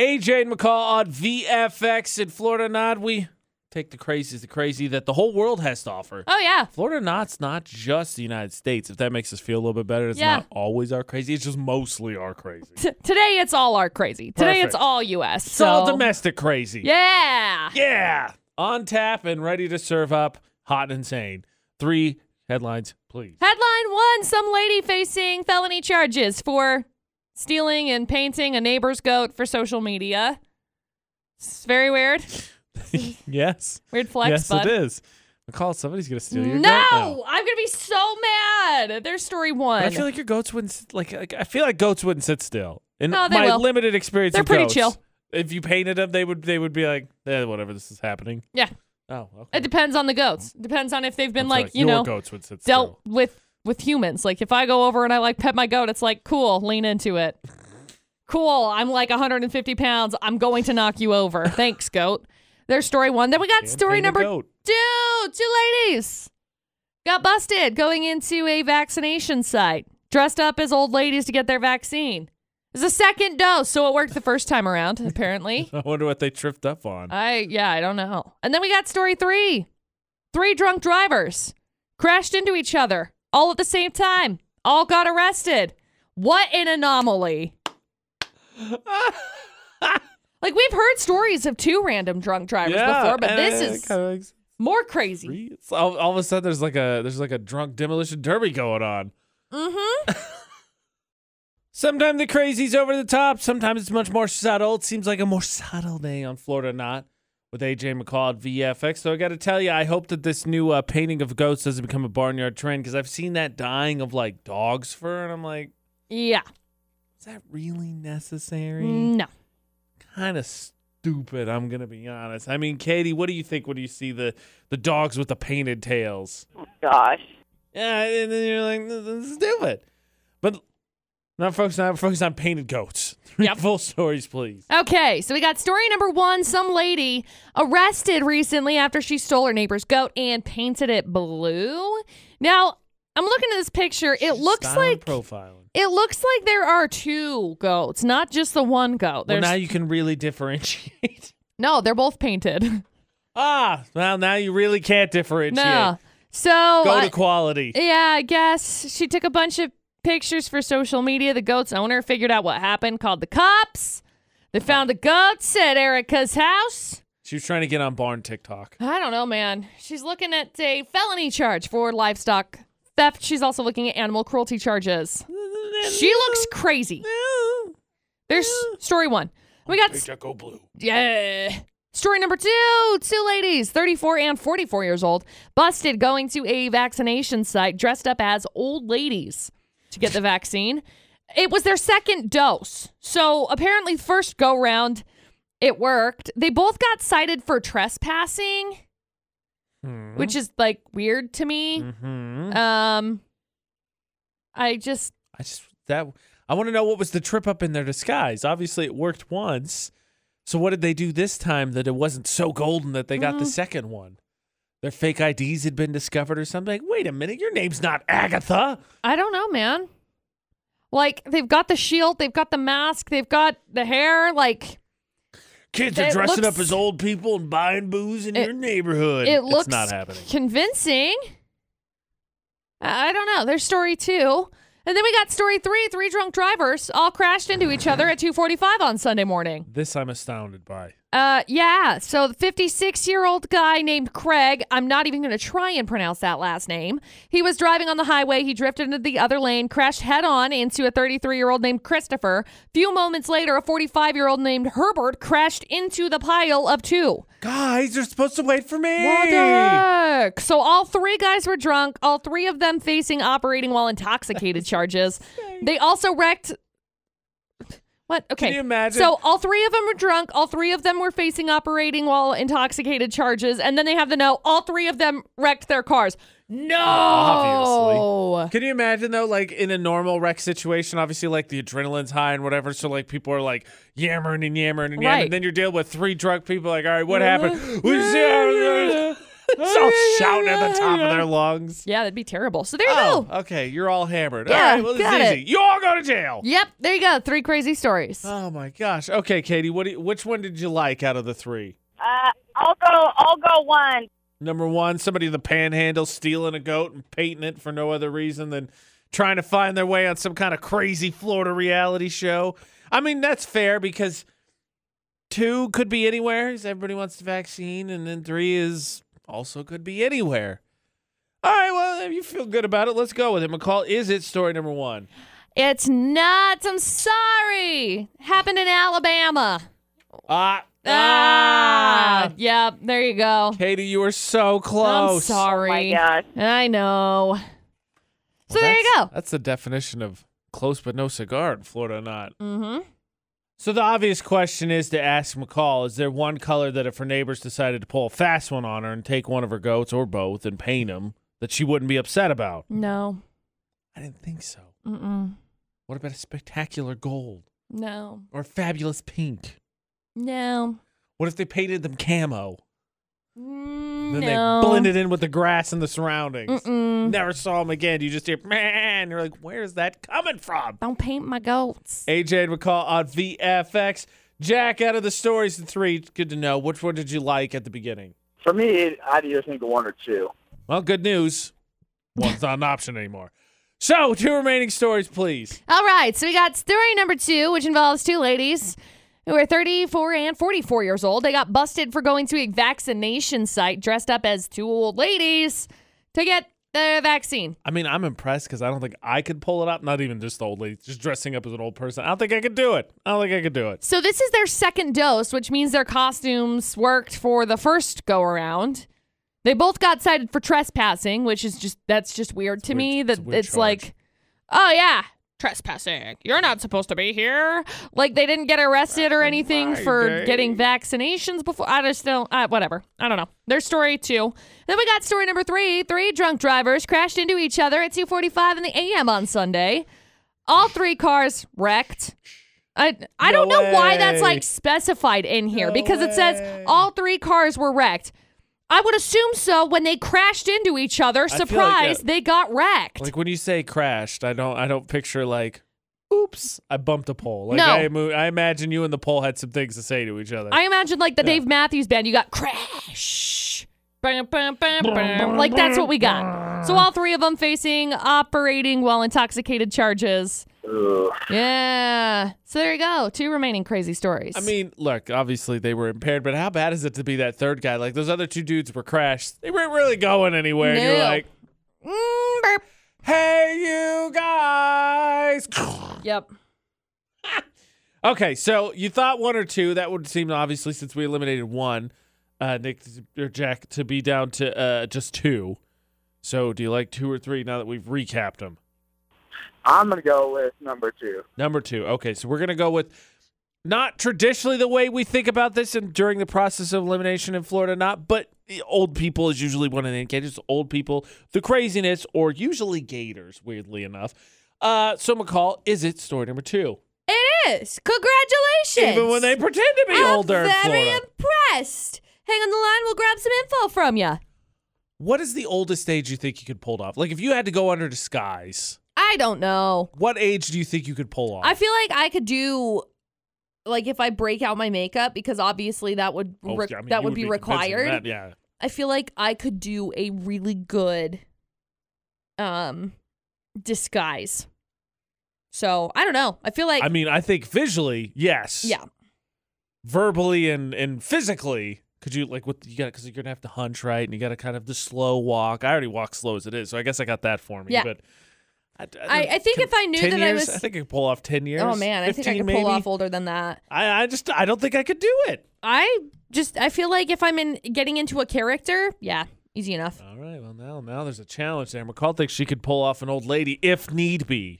AJ and McCall on VFX in Florida Nod. We take the crazies, the crazy that the whole world has to offer. Oh yeah. Florida Nod's not just the United States. If that makes us feel a little bit better, it's Yeah. not always our crazy. It's just mostly our crazy. T- today it's all our crazy. Today it's Perfect. all U.S. It's all so- domestic crazy. Yeah. Yeah. On tap and ready to serve up hot and insane. Three headlines, please. Headline one: Some lady facing felony charges for stealing and painting a neighbor's goat for social media. It's very weird. yes. Weird flex, yes, bud. it is. McCall, somebody's going to steal your no, goat now. I'm gonna be so mad. There's story one. But I feel like your goats wouldn't sit- like, like. I feel like goats wouldn't sit still. In No, they my will. limited experience, They're with pretty goats, chill. If you painted them, they would they would be like, eh, whatever, this is happening. yeah, Oh, okay. it depends on the goats. Depends on if they've been I'm sorry, like you your know goats would sit dealt still. with with humans. Like if I go over and I like pet my goat, it's like cool, lean into it. Cool, I'm like 150 pounds. I'm going to knock you over. Thanks, goat. There's story one. Then we got Can't story paint a number goat. two. Two ladies got busted going into a vaccination site, dressed up as old ladies to get their vaccine. It's a second dose, so it worked the first time around, apparently. I wonder what they tripped up on. I yeah, I don't know. And then we got story three. Three drunk drivers crashed into each other all at the same time. All got arrested. What an anomaly. like we've heard stories of two random drunk drivers yeah, before, but and this it is kinda makes more crazy. sense. It's all, all of a sudden there's like a there's like a drunk demolition derby going on. Mm-hmm. Sometimes the crazy's over the top. Sometimes it's much more subtle. It seems like a more subtle day on Florida Not with AJ McCall at VFX. So I got to tell you, I hope that this new uh, painting of goats doesn't become a barnyard trend because I've seen that dying of like dog's fur, and I'm like, Yeah. is that really necessary? No. Kind of stupid. I'm gonna be honest. I mean, Katie, what do you think when you see the the dogs with the painted tails? Gosh. Yeah, and then you're like, this is stupid. But not focused on focused on painted goats. Yep. Full stories, please. Okay, so we got story number one. Some lady arrested recently after she stole her neighbor's goat and painted it blue. Now, I'm looking at this picture. It looks Style and like profiling. it looks like there are two goats, not just the one goat. Well, There's now you can really differentiate. no, they're both painted. ah, well, now you really can't differentiate. no, so Go I- to quality. Yeah, I guess she took a bunch of pictures for social media. The goat's owner figured out what happened, called the cops. They Uh-huh. found the goats at Erica's house. She was trying to get on barn TikTok. I don't know, man. She's looking at a felony charge for livestock theft. She's also looking at animal cruelty charges. She looks crazy. There's story one. We got Hey, Jocko Blue. yeah. Story number two two ladies, 34 and 44 years old, busted going to a vaccination site dressed up as old ladies to get the vaccine. It was their second dose. So apparently, first go round, it worked. They both got cited for trespassing, which is like weird to me. hmm Um, I just, I just that I want to know what was the trip up in their disguise. Obviously, it worked once. So what did they do this time that it wasn't so golden that they got Mm-hmm. the second one? Their fake IDs had been discovered or something. Like, wait a minute, your name's not Agatha. I don't know, man. Like, they've got the shield, they've got the mask, they've got the hair. Like, Kids are It dressing up looks- as old people and buying booze in It- your neighborhood. it looks it's not happening. convincing. I I don't know. There's story two. And then we got story three. Three drunk drivers all crashed into each other at 2:45 on Sunday morning. This I'm astounded by. Uh, yeah. So the 56-year-old guy named Craig. I'm not even going to try and pronounce that last name. He was driving on the highway. He drifted into the other lane, crashed head-on into a 33-year-old named Christopher. Few moments later, a 45-year-old named Herbert crashed into the pile of two. Guys, you're supposed to wait for me. What the heck? So all three guys were drunk. All three of them facing operating while intoxicated charges. They also wrecked. What? Okay. you imagine? So all three of them were drunk. All three of them were facing operating while intoxicated charges, and then they have the note. All three of them wrecked their cars. No. Obviously. Can you imagine though, like in a normal wreck situation, obviously like the adrenaline's high and whatever, so like people are like yammering and yammering and yammering. Right. Then you're dealing with three drunk people, like, all right, what happened? We see- It's all shouting at the top of their lungs. Yeah, that'd be terrible. So there you Oh, go. okay. You're all hammered. Yeah, all right, well, this got is easy. it. You all go to jail. Yep, there you go. Three crazy stories. Oh my gosh. Okay, Katie, what do you, which one did you like out of the three? Uh, I'll go. I'll go one. Number one, somebody in the panhandle stealing a goat and painting it for no other reason than trying to find their way on some kind of crazy Florida reality show. I mean, that's fair because two could be anywhere. 'cause Everybody wants the vaccine, and then three is also could be anywhere. All right, well, if you feel good about it, let's go with it. McCall, is it story number one? It's not. I'm sorry. Happened in Alabama. Ah, Ah. ah. Yep, there you go. Katie, you were so close. I'm sorry. Oh my gosh. I know. So Well, there you that's- go. That's the definition of close but no cigar in Florida, not. Mm-hmm. So the obvious question is to ask McCall: Is there one color that if her neighbors decided to pull a fast one on her and take one of her goats or both and paint them, that she wouldn't be upset about? No. I didn't think so. Mm-mm. What about a spectacular gold No. or a fabulous pink? No. What if they painted them camo? Mm, Then no. they blended in with the grass and the surroundings. Mm-mm. Never saw them again. You just hear man. You're like, where's that coming from? Don't paint my goats. AJ and McCall on VFX. Jack, out of the stories, the three, good to know. Which one did you like at the beginning? For me, it, I'd either think of one or two. Well, good news. One's not an option anymore. So, two remaining stories, please. All right. So we got story number two, which involves two ladies who are 34 and 44 years old. They got busted for going to a vaccination site dressed up as two old ladies to get the vaccine. I mean, I'm impressed because I don't think I could pull it up. Not even just the old lady, just dressing up as an old person. I don't think I could do it. I don't think I could do it. So this is their second dose, which means their costumes worked for the first go around. They both got cited for trespassing, which is just that's just weird to weird- me. it's That a it's, weird charge. like, oh yeah, trespassing. You're not supposed to be here. Like they didn't get arrested or anything my for day. getting vaccinations before. I just don't. I, whatever. I don't know. There's story two. Then we got story number three. Three drunk drivers crashed into each other at 2:45 in the a.m. on Sunday. All three cars wrecked. I, I No don't know why that's way. like specified in here No because it way. says all three cars were wrecked. I would assume so when they crashed into each other. feel like Surprise, that- they got wrecked. Like when you say crashed, I don't, I don't picture like, oops, I bumped a pole. Like No. I, mo- I imagine you and the pole had some things to say to each other. I imagine like the Dave Matthews band, you got crash. Bam, bam, bam, bam. Like that's what we got. So all three of them facing operating while intoxicated charges. Ugh. Yeah. So there you go. Two remaining crazy stories. I mean, look, obviously they were impaired, but how bad is it to be that third guy? Like those other two dudes were crashed. They weren't really going anywhere. And you're No. like, Mm, burp. hey, you guys. Yep. okay, so you thought one or two. That would seem obviously since we eliminated one, uh, Nick or Jack to be down to uh, just two. So do you like two or three now that we've recapped them? I'm going to go with number two. Number two. Okay, so we're gonna go with not traditionally the way we think about this, and during the process of elimination in Florida, not. But the old people is usually one of the indicators. Old people, the craziness, or usually gators. Weirdly enough. Uh, so McCall, is it story number two? Yes, congratulations. Even when they pretend to be I'm older in very Florida. impressed. Hang on the line, we'll grab some info from you. what is the oldest age you think you could pull off? Like if you had to go under disguise, I don't know. what age do you think you could pull off? I feel like I could do like if I break out my makeup because obviously that would Oh, re- yeah, I mean, that you would be, convincing required. that, yeah. I feel like I could do a really good um disguise. So, I don't know. I feel like I mean, I think visually, yes. yeah. verbally and and physically could you like what you got because you're gonna have to hunch right and you got to kind of the slow walk i already walk slow as it is so i guess i got that for me Yeah. but i, I, I think if I knew 10 that I years? was I think I could pull off 10 years. Oh man, I think I 15 could pull maybe. off older than that. I, I just, I don't think I could do it. I just I feel like if I'm in getting into a character, yeah, easy enough. All right, well, now now there's a challenge there. McCall thinks she could pull off an old lady if need be.